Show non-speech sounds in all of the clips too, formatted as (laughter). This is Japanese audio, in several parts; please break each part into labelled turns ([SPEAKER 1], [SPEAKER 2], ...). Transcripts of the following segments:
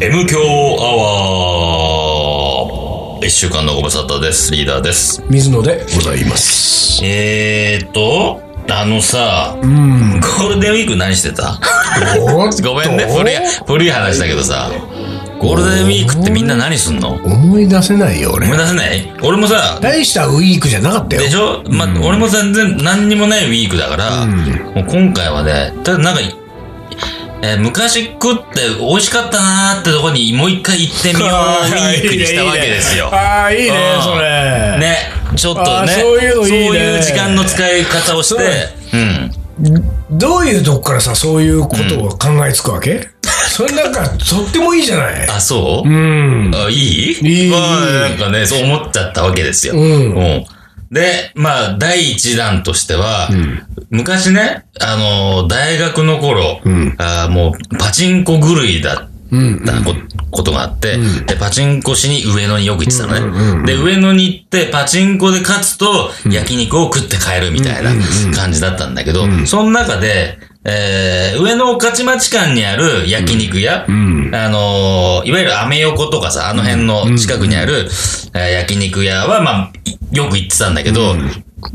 [SPEAKER 1] M 強アワー一週間のご無沙汰です。リーダーです。
[SPEAKER 2] 水野でございます。
[SPEAKER 1] えーっと、あのさ、
[SPEAKER 2] うん。
[SPEAKER 1] ゴールデンウィーク何してた
[SPEAKER 2] おっと
[SPEAKER 1] ごめんね、古い、古い話だけどさ、ゴールデンウィークってみんな何すんの
[SPEAKER 2] 思い出せないよ、
[SPEAKER 1] 思い
[SPEAKER 2] 俺。
[SPEAKER 1] 出せない俺もさ、
[SPEAKER 2] 大したウィークじゃなかったよ
[SPEAKER 1] で。しょまあ、俺も全然何にもないウィークだから、
[SPEAKER 2] うん
[SPEAKER 1] もう今回はね、ただなんか、えー昔食って美味しかったなーってとこにもう一回行ってみようウィークにしたわけで
[SPEAKER 2] (laughs)
[SPEAKER 1] すよ。
[SPEAKER 2] ああ、いいね
[SPEAKER 1] うん、
[SPEAKER 2] それ。
[SPEAKER 1] ね、ちょっと
[SPEAKER 2] あー
[SPEAKER 1] ね、
[SPEAKER 2] そういうのいいね
[SPEAKER 1] そういう時間の使い方をして、うん。
[SPEAKER 2] どういうとこからさ、そういうことを考えつくわけ、 (laughs) それなんか、とってもいいじゃない。
[SPEAKER 1] あ、そう、
[SPEAKER 2] うん。
[SPEAKER 1] あいい
[SPEAKER 2] いい
[SPEAKER 1] まあなんかね、そう思っちゃったわけですよ。
[SPEAKER 2] うん
[SPEAKER 1] で、まあ、第一弾としては、昔ね、あのー大学の頃、
[SPEAKER 2] ん
[SPEAKER 1] あーもう、パチンコ狂いだ
[SPEAKER 2] うん。
[SPEAKER 1] ったこ,、とがあって、で、パチンコしに上野によく行ってたのね。
[SPEAKER 2] うんうんうんうん
[SPEAKER 1] で、上野に行って、パチンコで勝つと、焼肉を食って帰るみたいな感じだったんだけど、その中で、えー、上野御徒町間にある焼肉屋、
[SPEAKER 2] ん
[SPEAKER 1] あのーいわゆるアメ横とかさ、あの辺の近くにある、えー焼肉屋は、まあ、いよく行ってたんだけど、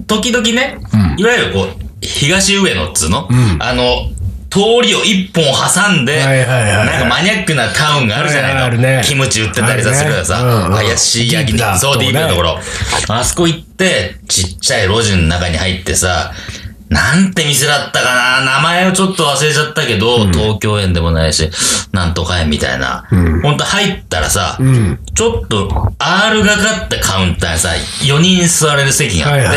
[SPEAKER 1] 時々ね、いわゆるこう、東上野っつうの、あの、通りを一本挟んで、
[SPEAKER 2] はいはいはい
[SPEAKER 1] なんかマニアックなタウンがあるじゃないの。
[SPEAKER 2] はいはいあるね
[SPEAKER 1] キムチ売ってたりさ、
[SPEAKER 2] あるね
[SPEAKER 1] するからさ、
[SPEAKER 2] うんうん
[SPEAKER 1] 怪しい焼き
[SPEAKER 2] ディープ
[SPEAKER 1] 肉、
[SPEAKER 2] だ
[SPEAKER 1] そう、ディープな
[SPEAKER 2] と
[SPEAKER 1] と
[SPEAKER 2] こ
[SPEAKER 1] こ
[SPEAKER 2] ね
[SPEAKER 1] ろ。あそこ行って、ちっちゃい路地の中に入ってさ、なんて店だったかな名前をちょっと忘れちゃったけど、東京園でもないし、なんとか園みたいな。ほんと入ったらさ、
[SPEAKER 2] うん。
[SPEAKER 1] ちょっと、R がかったカウンターにさ、4人座れる席があっ
[SPEAKER 2] は
[SPEAKER 1] て、
[SPEAKER 2] い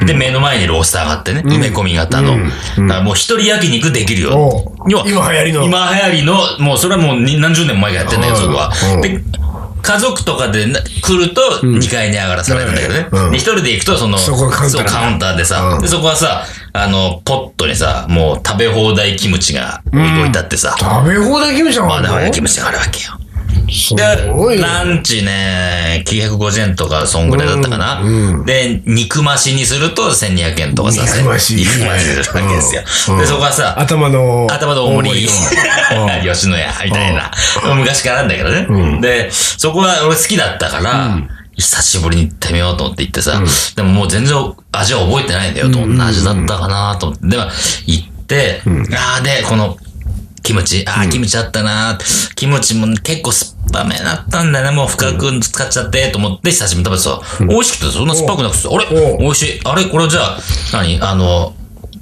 [SPEAKER 2] は
[SPEAKER 1] で、目の前にロースターがあってね、埋め込み型の。だからもう一人焼肉できるよ
[SPEAKER 2] おう。
[SPEAKER 1] 要は
[SPEAKER 2] 今流行りの
[SPEAKER 1] 今流行りの、もうそれはもうに何十年も前からやってんだけど、そこは
[SPEAKER 2] う。ん
[SPEAKER 1] で、家族とかでな来ると2階に上がらされるんだけどね。
[SPEAKER 2] うん
[SPEAKER 1] で、一人で行くとその、
[SPEAKER 2] そこがカウンター
[SPEAKER 1] そう
[SPEAKER 2] だ
[SPEAKER 1] カウンターでさ、
[SPEAKER 2] うん
[SPEAKER 1] でそこはさ、あの、ポットにさ、もう食べ放題キムチが置い置いてあってさ、
[SPEAKER 2] 食べ放題キムチなの
[SPEAKER 1] まだ放題キムチがあるわけよ。
[SPEAKER 2] すごい
[SPEAKER 1] で、
[SPEAKER 2] よ。
[SPEAKER 1] ランチね、950円とか、そんぐらいだったかな。
[SPEAKER 2] うん
[SPEAKER 1] で、肉増しにすると1200円とかさ、
[SPEAKER 2] 肉増し
[SPEAKER 1] 肉増しするわけですよ。
[SPEAKER 2] うん
[SPEAKER 1] で、そこはさ、
[SPEAKER 2] 頭の。
[SPEAKER 1] 頭の重
[SPEAKER 2] う
[SPEAKER 1] り、(laughs) 吉野家、みたいな。昔からなんだけどね。で、そこは俺好きだったから、久しぶりに行ってみようと思って行ってさ、でももう全然味は覚えてないんだよ。どんな味だったかなと思って。で、まあ行って、ああ、で、この、キムチ、ああ、キムチあったなーキムチも結構酸っぱめだったんだよね。もう深く使っちゃって、と思って久しぶりに食べてさ、美味しくてそんな酸っぱくなくてさ、あれ
[SPEAKER 2] お
[SPEAKER 1] 美味しい。あれこれじゃあ、何あの、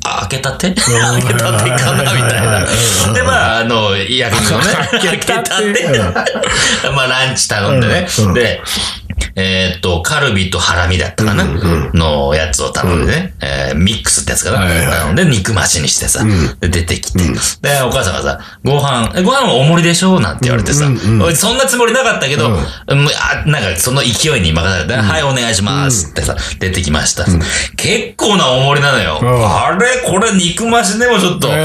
[SPEAKER 1] あ開けたて開けたてかなみたいな。で、まあ、あの、焼きのね、開けたて。まあ、ランチ頼んでね
[SPEAKER 2] うんう。ん
[SPEAKER 1] で、えーっと、カルビとハラミだったかなのやつを頼んでね、えーミックスってやつかな
[SPEAKER 2] はいはい
[SPEAKER 1] 頼んで、肉増しにしてさ、で出てきて、で、お母さんがさ、ご飯、えご飯はおもりでしょなんて言われてさ、俺そんなつもりなかったけど、うんあなんかその勢いに任せて、はい、お願いしますってさ、出てきました。結構なおもりなの
[SPEAKER 2] ん
[SPEAKER 1] よ。あれこれ肉増しでもちょっと、
[SPEAKER 2] うんうん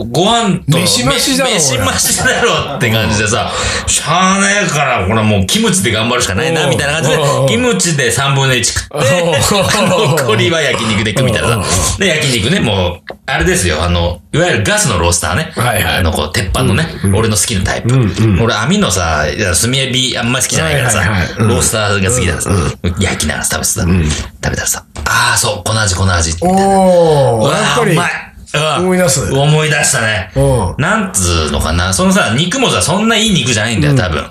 [SPEAKER 2] うん
[SPEAKER 1] ご飯と、
[SPEAKER 2] 飯増しだろ
[SPEAKER 1] め飯増しだろって感じでさ、しゃあねえから、これもうキムチで頑張るしかないな、
[SPEAKER 2] おう
[SPEAKER 1] みたいな感じで
[SPEAKER 2] おう、
[SPEAKER 1] キムチで3分の1食って、
[SPEAKER 2] おう
[SPEAKER 1] 残りは焼肉でいくみたいなさ。で、焼肉ね、もう、あれですよ、あの、いわゆるガスのロースターね。
[SPEAKER 2] はいはい
[SPEAKER 1] あの、こう、鉄板のね、俺の好きなタイプ。俺、網のさ、いや炭エビあんまり好きじゃないからさ
[SPEAKER 2] はいはいはい、うん
[SPEAKER 1] ロースターが好きだからさ、焼きながら食べてさ、食べたらさ、ああ、そう、この味、この味って。
[SPEAKER 2] お
[SPEAKER 1] う
[SPEAKER 2] ー、
[SPEAKER 1] わ
[SPEAKER 2] やっぱ
[SPEAKER 1] ーう
[SPEAKER 2] り
[SPEAKER 1] まい。うん
[SPEAKER 2] 思い出す
[SPEAKER 1] 思い出したね。
[SPEAKER 2] う
[SPEAKER 1] なんつうのかな。そのさ、肉もさ、そんないい肉じゃないんだよ、多分。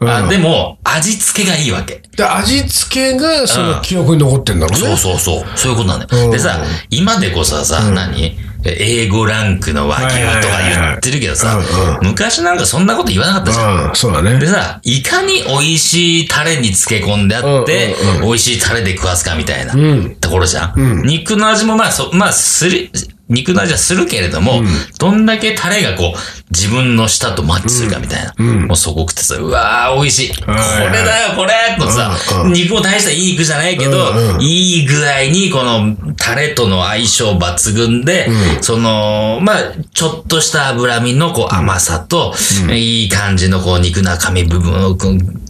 [SPEAKER 2] うん
[SPEAKER 1] あでも、味付けがいいわけ。
[SPEAKER 2] で、味付けがそうの
[SPEAKER 1] ん
[SPEAKER 2] 記憶に残ってんだろうね。
[SPEAKER 1] そうそうそう。そういうことなんだ
[SPEAKER 2] う
[SPEAKER 1] よ。
[SPEAKER 2] ん
[SPEAKER 1] でさ、今でこそさ、何英語ランクの和牛とか言ってるけどさ
[SPEAKER 2] はいはいはいはい、
[SPEAKER 1] 昔なんかそんなこと言わなかったじゃん。
[SPEAKER 2] うん、そうだね
[SPEAKER 1] で。さ、いかに美味しいタレに漬け込んであって、
[SPEAKER 2] うん
[SPEAKER 1] 美味しいタレで食わすかみたいな
[SPEAKER 2] うん
[SPEAKER 1] ところじゃん。肉の味もまあ、そまあ、する、肉の味はするけれども、どんだけタレがこう、自分の舌とマッチするかみたいな。もうそこ食ってさ、うわー美味しい。これ
[SPEAKER 2] はいはい
[SPEAKER 1] だよ、これとさ、
[SPEAKER 2] うんう
[SPEAKER 1] 肉も大したいい肉じゃないけど、
[SPEAKER 2] うんうん
[SPEAKER 1] いい具合にこのタレとの相性抜群で、その、まあ、ちょっとした脂身のこう甘さと、いい感じのこう肉中身部分をく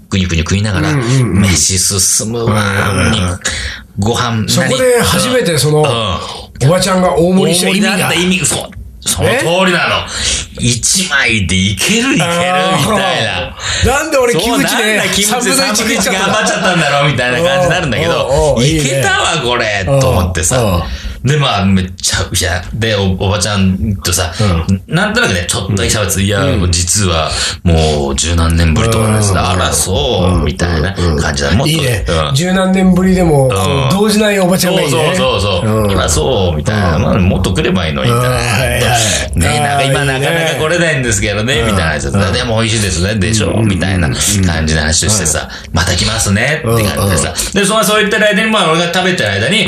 [SPEAKER 1] ぐにゅくにゅ食いながら、飯進むわ
[SPEAKER 2] うんうんうん
[SPEAKER 1] 肉ご飯、
[SPEAKER 2] そこで初めてその、
[SPEAKER 1] 何、うん
[SPEAKER 2] おばちゃんが大盛りした意味
[SPEAKER 1] だっ
[SPEAKER 2] が
[SPEAKER 1] た。意味、そう。その通りなの。一枚でいけるいけるみたいな。
[SPEAKER 2] なんで俺、キ
[SPEAKER 1] そう
[SPEAKER 2] ム
[SPEAKER 1] な
[SPEAKER 2] チ
[SPEAKER 1] ん
[SPEAKER 2] で
[SPEAKER 1] だ、キムチで
[SPEAKER 2] 3
[SPEAKER 1] 3分
[SPEAKER 2] 分の
[SPEAKER 1] の
[SPEAKER 2] 1
[SPEAKER 1] 1
[SPEAKER 2] 切っちゃった
[SPEAKER 1] 頑張っちゃったんだろうみたいな感じになるんだけ
[SPEAKER 2] おうおうお
[SPEAKER 1] ど、
[SPEAKER 2] ういいね
[SPEAKER 1] いけたわ、これと思ってさ。で、まあ、めっちゃ、いや、で、おおばちゃんとさ、なんとなくね、ちょっとだけ喋って、いや、実は、もう、十何年ぶりとかですね、あら、そう、みたいな感じだ。もっ
[SPEAKER 2] い
[SPEAKER 1] と、
[SPEAKER 2] いね
[SPEAKER 1] うん。
[SPEAKER 2] 十何年ぶりでも、こう動じないおばちゃんが
[SPEAKER 1] そ
[SPEAKER 2] いうい
[SPEAKER 1] そ
[SPEAKER 2] ね。
[SPEAKER 1] うそうそう、
[SPEAKER 2] うん
[SPEAKER 1] 今そう、みたいな。まあ、もっと来ればいいのに、みたいな。
[SPEAKER 2] うん
[SPEAKER 1] ね
[SPEAKER 2] はいはい
[SPEAKER 1] なんか今なかなか来れないんですけどね、みたいなやつ。でも美味しいですね、でしょみたいな感じの話をしてさ、また来ますね、って感じでさ。で、そのそう言ってる間に、まあ俺が食べてる間に、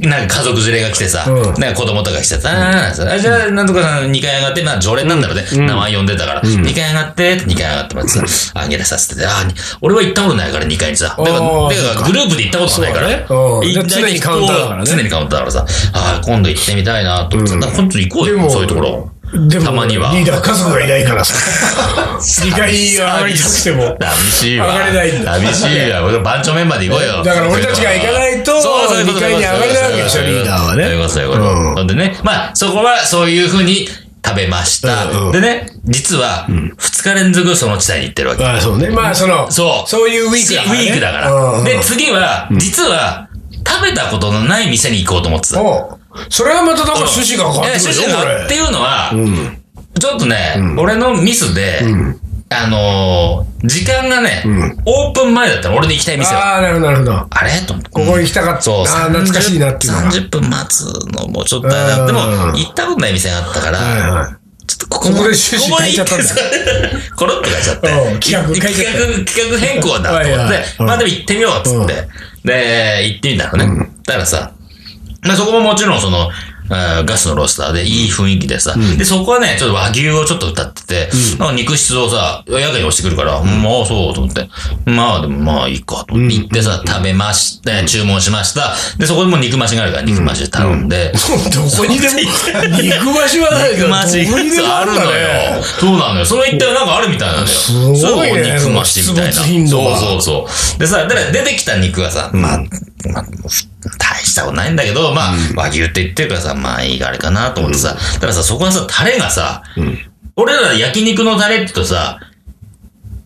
[SPEAKER 1] なんか家族連れが来てさ、
[SPEAKER 2] うん
[SPEAKER 1] なんか子供とか来てさ、あーあじゃあなんとかさん2階上がって、まあ常連なんだろうね。名前呼んでたから、2階上がって、2階上がってもらってさ、あげらさせてて、あーに俺は行ったことないから2階にさ。だから、だ
[SPEAKER 2] おー
[SPEAKER 1] からグループで行ったことないから。
[SPEAKER 2] そうだねうん
[SPEAKER 1] 行った
[SPEAKER 2] 常にカウンターだからね
[SPEAKER 1] 常にカウンターだからさ、ああ、今度行ってみたいなと思ってさ、なんか今度行こう
[SPEAKER 2] で
[SPEAKER 1] よ、
[SPEAKER 2] も
[SPEAKER 1] そういうところ。
[SPEAKER 2] でも、
[SPEAKER 1] たまには
[SPEAKER 2] リーダー家族がいないから
[SPEAKER 1] (laughs)
[SPEAKER 2] さ。次回上がりたくても。
[SPEAKER 1] 寂しいわ。
[SPEAKER 2] 上がれないんだ
[SPEAKER 1] 寂しいわ。俺番長メンバーで行こうよ。
[SPEAKER 2] だから俺たちが行かないと
[SPEAKER 1] そうそういうこと
[SPEAKER 2] 二階に上がれないわけでしょ
[SPEAKER 1] そういう
[SPEAKER 2] リー
[SPEAKER 1] こと
[SPEAKER 2] ダーはね
[SPEAKER 1] そういうこと、そういうこと
[SPEAKER 2] うん
[SPEAKER 1] ほんでね、まあ、そこはそういうふうに食べました。
[SPEAKER 2] うんうん
[SPEAKER 1] でね、実は、二日連続その地帯に行ってるわけ。
[SPEAKER 2] あそうね。まあ、その、
[SPEAKER 1] そう。
[SPEAKER 2] そういうウィークだから、ね。
[SPEAKER 1] ウィークだから。
[SPEAKER 2] うんうん
[SPEAKER 1] で、次は、実は、食べたことのない店に行こうと思ってた。
[SPEAKER 2] おうそれはまただから寿司が変わってくるよ、
[SPEAKER 1] いや寿司がって
[SPEAKER 2] こ
[SPEAKER 1] いうのは、ちょっとね、俺のミスで、あのー時間がね、オープン前だったの、俺の行きたい
[SPEAKER 2] れ。
[SPEAKER 1] 店は。
[SPEAKER 2] ああ、なるほど、なるほど。
[SPEAKER 1] あれと思って。
[SPEAKER 2] ここ行きたかった。
[SPEAKER 1] そ
[SPEAKER 2] あ
[SPEAKER 1] う、
[SPEAKER 2] あ、懐かしいなっていうのが。
[SPEAKER 1] 30分待つのもちょっとあれ
[SPEAKER 2] うん
[SPEAKER 1] だでも、行ったことない店があったから、
[SPEAKER 2] はいはい
[SPEAKER 1] ちょっとここ
[SPEAKER 2] ここで趣旨
[SPEAKER 1] ここで
[SPEAKER 2] 変えちゃったんだ
[SPEAKER 1] 行ってコロッと変えちゃって
[SPEAKER 2] うん。企画変えちゃった
[SPEAKER 1] 企画、企画変更だと思
[SPEAKER 2] は
[SPEAKER 1] っ
[SPEAKER 2] いは
[SPEAKER 1] て
[SPEAKER 2] い、うん
[SPEAKER 1] まあでも行ってみようっつって。で、行ってみたのね。だからさ、まあそこももちろんその、あーガスのロースターでいい雰囲気でさ、で、そこはね、ちょっと和牛をちょっと歌ってて、なんか肉質をさ、やけに押してくるから、まあそうと思って、まあでもまあいいかと思って行ってさ、食べまして、注文しました。で、そこでもう肉増しがあるから肉増し頼んで、
[SPEAKER 2] (laughs) どこにでも、肉増しはないけど、
[SPEAKER 1] 肉増し
[SPEAKER 2] どこにでも
[SPEAKER 1] ある
[SPEAKER 2] んだ
[SPEAKER 1] のよ。そうなのよ。その一体なんかあるみたいなんだよ。す
[SPEAKER 2] ごいね
[SPEAKER 1] 肉増しみたいな。
[SPEAKER 2] 出没頻度が
[SPEAKER 1] そうそうそう。でさ、だから出てきた肉はさ、まあ、まあ、大したことないんだけど、まあ、和牛って言ってるからさ、まあいいあれかなと思ってさ、たださ、そこはさ、タレがさ、俺ら焼肉のタレって言うとさ、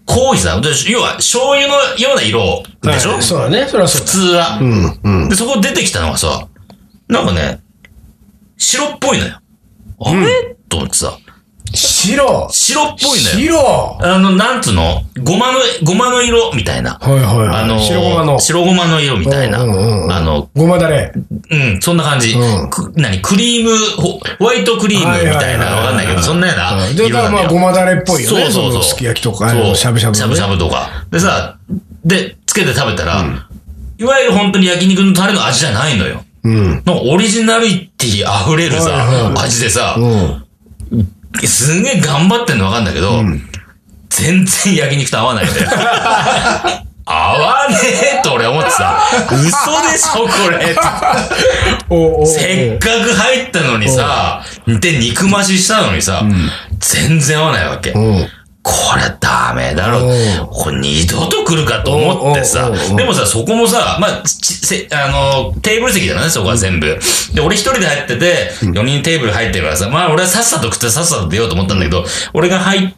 [SPEAKER 1] 濃いさ、で要は醤油のような色でしょ、
[SPEAKER 2] はいそうだね、それはそう
[SPEAKER 1] 普通は、
[SPEAKER 2] だ。うん、うん。
[SPEAKER 1] で、そこ出てきたのがさ、なんかね、白っぽいのよ。あれ、と思ってさ、
[SPEAKER 2] 白
[SPEAKER 1] 白っぽいのよ。
[SPEAKER 2] 白は
[SPEAKER 1] あの、なんつうのごまの、ごまの色みたいな。
[SPEAKER 2] いはいはい。
[SPEAKER 1] あの、
[SPEAKER 2] 白ごまの。
[SPEAKER 1] 白ごまの色みたいな。
[SPEAKER 2] うんうんうん
[SPEAKER 1] あの、
[SPEAKER 2] ごまだれ。
[SPEAKER 1] うん、そんな感じ。
[SPEAKER 2] うん
[SPEAKER 1] く何クリーム、ホホワイトクリームみたいな。わかんないけど、そんなような
[SPEAKER 2] うん
[SPEAKER 1] 色
[SPEAKER 2] で、だから
[SPEAKER 1] なんだ
[SPEAKER 2] まあ、
[SPEAKER 1] よ。
[SPEAKER 2] ごまだれっぽいよね。
[SPEAKER 1] そうそうそ
[SPEAKER 2] の
[SPEAKER 1] う。
[SPEAKER 2] すき焼きとか、あのしゃぶしゃぶ
[SPEAKER 1] しゃ
[SPEAKER 2] の
[SPEAKER 1] ぶ
[SPEAKER 2] ね。
[SPEAKER 1] しゃぶとか。でさ、で、つけて食べたら、いわゆる本当に焼肉のタレの味じゃないのよ。
[SPEAKER 2] うん。
[SPEAKER 1] なんかオリジナリティ溢れるさ、
[SPEAKER 2] はいはい
[SPEAKER 1] 味でさ、
[SPEAKER 2] うん。
[SPEAKER 1] すんげえ頑張ってんのわかんだけど、全然焼肉と合
[SPEAKER 2] (laughs)
[SPEAKER 1] わないんだよ。合わねえと俺思ってさ、嘘でしょこれ。
[SPEAKER 2] おうおう
[SPEAKER 1] せっかく入ったのにさ、で、肉増ししたのにさ、全然合わないわけ。
[SPEAKER 2] おう
[SPEAKER 1] これダメだろ
[SPEAKER 2] お。
[SPEAKER 1] これ二度と来るかと思ってさ
[SPEAKER 2] おうおうおうお。う
[SPEAKER 1] でもさ、そこもさ、まあ、ちせあの、テーブル席だよね、そこは全部。で、俺一人で入ってて、4人テーブル入ってるからさ、まあ俺はさっさと食ってさっさと出ようと思ったんだけど、俺が入っ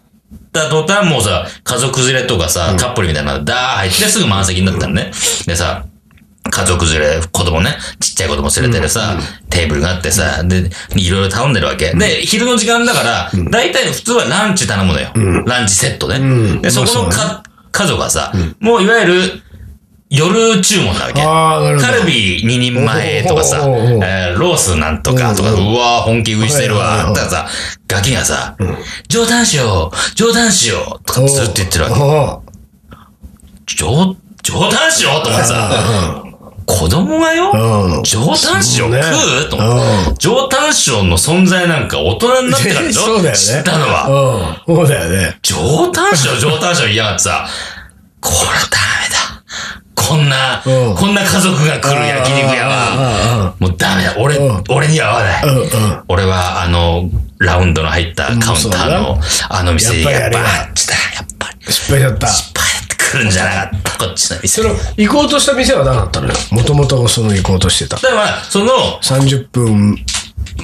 [SPEAKER 1] た途端もうさ、家族連れとかさ、カップルみたいなのがダー入ってすぐ満席になったのね。でさ、家族連れ、子供ね、ちっちゃい子供連れてるさ、テーブルがあってさ、で、いろいろ頼んでるわけ。で、昼の時間だから、大体普通はランチ頼むのよ。ランチセットね。
[SPEAKER 2] ん
[SPEAKER 1] で、そこの
[SPEAKER 2] まあそう
[SPEAKER 1] か家族はさ、もういわゆる、夜注文なわけ。
[SPEAKER 2] ああ、なるほど。
[SPEAKER 1] カルビ2人前とかさ、
[SPEAKER 2] おうおうおうおう
[SPEAKER 1] えーロースなんとかとか、うわー本気食いしてる
[SPEAKER 2] はいはい
[SPEAKER 1] わ
[SPEAKER 2] は。い
[SPEAKER 1] だからさ、ガキがさ、冗談しよう冗談しようとかずっと言ってるわけ。
[SPEAKER 2] わ
[SPEAKER 1] 冗、冗談しようと思ってさ、子供がよ、
[SPEAKER 2] うん
[SPEAKER 1] 上タン塩食う、
[SPEAKER 2] ね
[SPEAKER 1] と思って。上タン塩の存在なんか大人になってからでしょ
[SPEAKER 2] (laughs) そうだよね。
[SPEAKER 1] 知ったのは。
[SPEAKER 2] は。うん。そうだよね。
[SPEAKER 1] 上タン塩、上タン塩言いやがってさ、これダメだ。こんな、
[SPEAKER 2] うん
[SPEAKER 1] こんな家族が来る焼肉屋は、
[SPEAKER 2] は。
[SPEAKER 1] もうダメだ。俺
[SPEAKER 2] うん、
[SPEAKER 1] 俺には合わない。
[SPEAKER 2] うんうん。
[SPEAKER 1] 俺はあの、ラウンドの入ったカウンターの、あの店にや
[SPEAKER 2] や
[SPEAKER 1] っ
[SPEAKER 2] っ
[SPEAKER 1] ぱ
[SPEAKER 2] ぱりあれが
[SPEAKER 1] あっちだ。やっぱり、
[SPEAKER 2] 失敗だった。
[SPEAKER 1] バーって来るんじゃなかった。こっちの店。
[SPEAKER 2] その、行こうとした店は何だったのよ。もともとその行こうとしてた。
[SPEAKER 1] だから、その、
[SPEAKER 2] 30分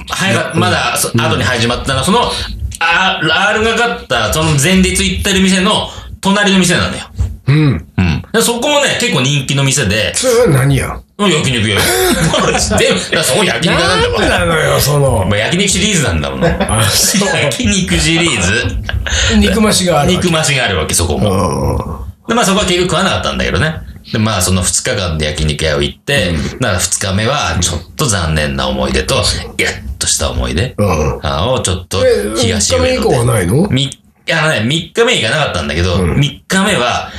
[SPEAKER 1] はいが、まだ、そ後に始まったのは、その、あ R がかった、その前日行ってる店の、隣の店なのよ。
[SPEAKER 2] うん。
[SPEAKER 1] うん。でそこもね、結構人気の店で、
[SPEAKER 2] それは何や
[SPEAKER 1] うん焼 (laughs) 肉よ。全部、だからそこ焼肉屋なんだわ。
[SPEAKER 2] なのよ、その
[SPEAKER 1] ま。あ、焼肉シリーズなんだもんね。
[SPEAKER 2] あそう
[SPEAKER 1] 焼肉シリーズ。
[SPEAKER 2] 肉増しがあるわけ。
[SPEAKER 1] 肉増しがあるわけ、そこ
[SPEAKER 2] う
[SPEAKER 1] も。
[SPEAKER 2] ん
[SPEAKER 1] で、まあそこは結局食わなかったんだけどね。で、まあその2日間で焼肉屋を行って、だから2日目はちょっと残念な思い出と、イラッとした思い出
[SPEAKER 2] うん
[SPEAKER 1] あをちょっと
[SPEAKER 2] え、
[SPEAKER 1] 東
[SPEAKER 2] 3日
[SPEAKER 1] 上
[SPEAKER 2] 目以
[SPEAKER 1] 野
[SPEAKER 2] 降は
[SPEAKER 1] で。
[SPEAKER 2] ないの
[SPEAKER 1] みいや、ね、3日目行かなかったんだけど、3日目は、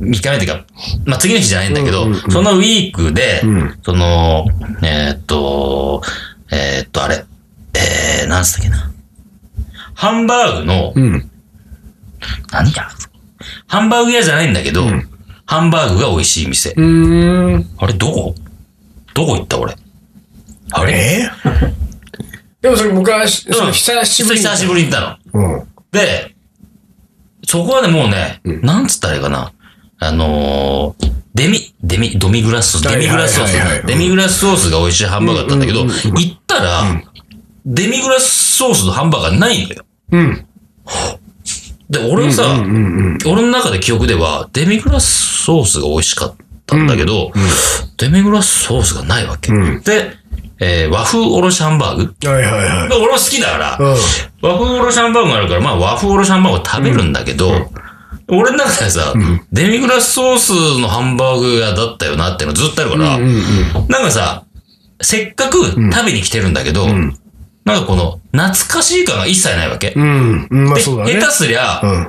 [SPEAKER 1] 3日目っていうか、まあ次の日じゃないんだけど、そのウィークで、
[SPEAKER 2] ん
[SPEAKER 1] その、えーっと、えーっと、あれ、えー、なんつったっけな。ハンバーグの、
[SPEAKER 2] うん。
[SPEAKER 1] 何やハンバーグ屋じゃないんだけど、ハンバーグが美味しい店。
[SPEAKER 2] うん。
[SPEAKER 1] あれ、どこどこ行った俺。あれ
[SPEAKER 2] え (laughs) でもそれ昔、それ久しぶりに。
[SPEAKER 1] 久しぶりに行ったの。
[SPEAKER 2] うん。
[SPEAKER 1] で、そこはね、もうね、なんつったらいいかな。あのー、デミ、デミ、ドミグラスソース、
[SPEAKER 2] はい
[SPEAKER 1] デ
[SPEAKER 2] はい
[SPEAKER 1] ミグラスソース
[SPEAKER 2] はいはいはい、うん
[SPEAKER 1] デミグラスソースが美味しいハンバーグだったんだけど、行ったら、デミグラスソースのハンバーグがないんだよ。
[SPEAKER 2] うん。
[SPEAKER 1] で、俺はさ、
[SPEAKER 2] うんうん。
[SPEAKER 1] 俺の中で記憶では、デミグラスソースが美味しかったんだけど、デミグラスソースがないわけ。
[SPEAKER 2] うん
[SPEAKER 1] で、えー和風おろしハンバーグ。
[SPEAKER 2] はいはいはい
[SPEAKER 1] で。俺も好きだから、
[SPEAKER 2] うん。
[SPEAKER 1] 和風おろしハンバーグがあるから、まあ和風おろしハンバーグを食べるんだけど、俺の中でさ、デミグラスソースのハンバーグ屋だったよなっていうのずっとあるから、
[SPEAKER 2] うんうん。
[SPEAKER 1] なんかさ、せっかく食べに来てるんだけど、なんかこの懐かしい感が一切ないわけ。
[SPEAKER 2] うん。うんまあ
[SPEAKER 1] で
[SPEAKER 2] そう
[SPEAKER 1] 下
[SPEAKER 2] だ
[SPEAKER 1] 手
[SPEAKER 2] ね。
[SPEAKER 1] すりゃ、
[SPEAKER 2] うん。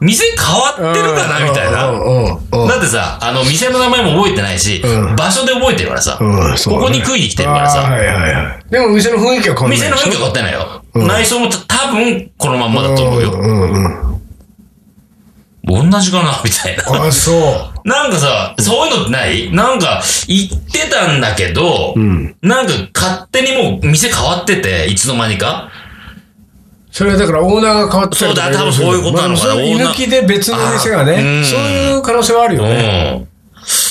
[SPEAKER 1] 店変わってるかなみたいな。
[SPEAKER 2] うん。
[SPEAKER 1] だってさ、あの、店の名前も覚えてないし、
[SPEAKER 2] うん
[SPEAKER 1] 場所で覚えてるからさ、
[SPEAKER 2] うんそうだね
[SPEAKER 1] ここに食いに来てるから
[SPEAKER 2] あー
[SPEAKER 1] さ、
[SPEAKER 2] はいはいはい。でも店の雰囲気は変わんないでしょ。
[SPEAKER 1] 店の雰囲気は変わってないよ。内装もた多分このまんまだと思うよ。
[SPEAKER 2] うんうんうん。
[SPEAKER 1] 同じかなみたいな。
[SPEAKER 2] あ、そ
[SPEAKER 1] なんかさ、そういうのってないなんか、言ってたんだけど、
[SPEAKER 2] ん
[SPEAKER 1] なんか勝手にもう店変わってて、いつの間にか。
[SPEAKER 2] う。それはだからオーナーが変わってたり
[SPEAKER 1] そうだ多分そういうことなのかな
[SPEAKER 2] まあそう
[SPEAKER 1] オー
[SPEAKER 2] いう
[SPEAKER 1] ナー
[SPEAKER 2] 抜きで別の店がね
[SPEAKER 1] あーう、ん
[SPEAKER 2] そういう可能性はあるよ
[SPEAKER 1] うん。
[SPEAKER 2] ね。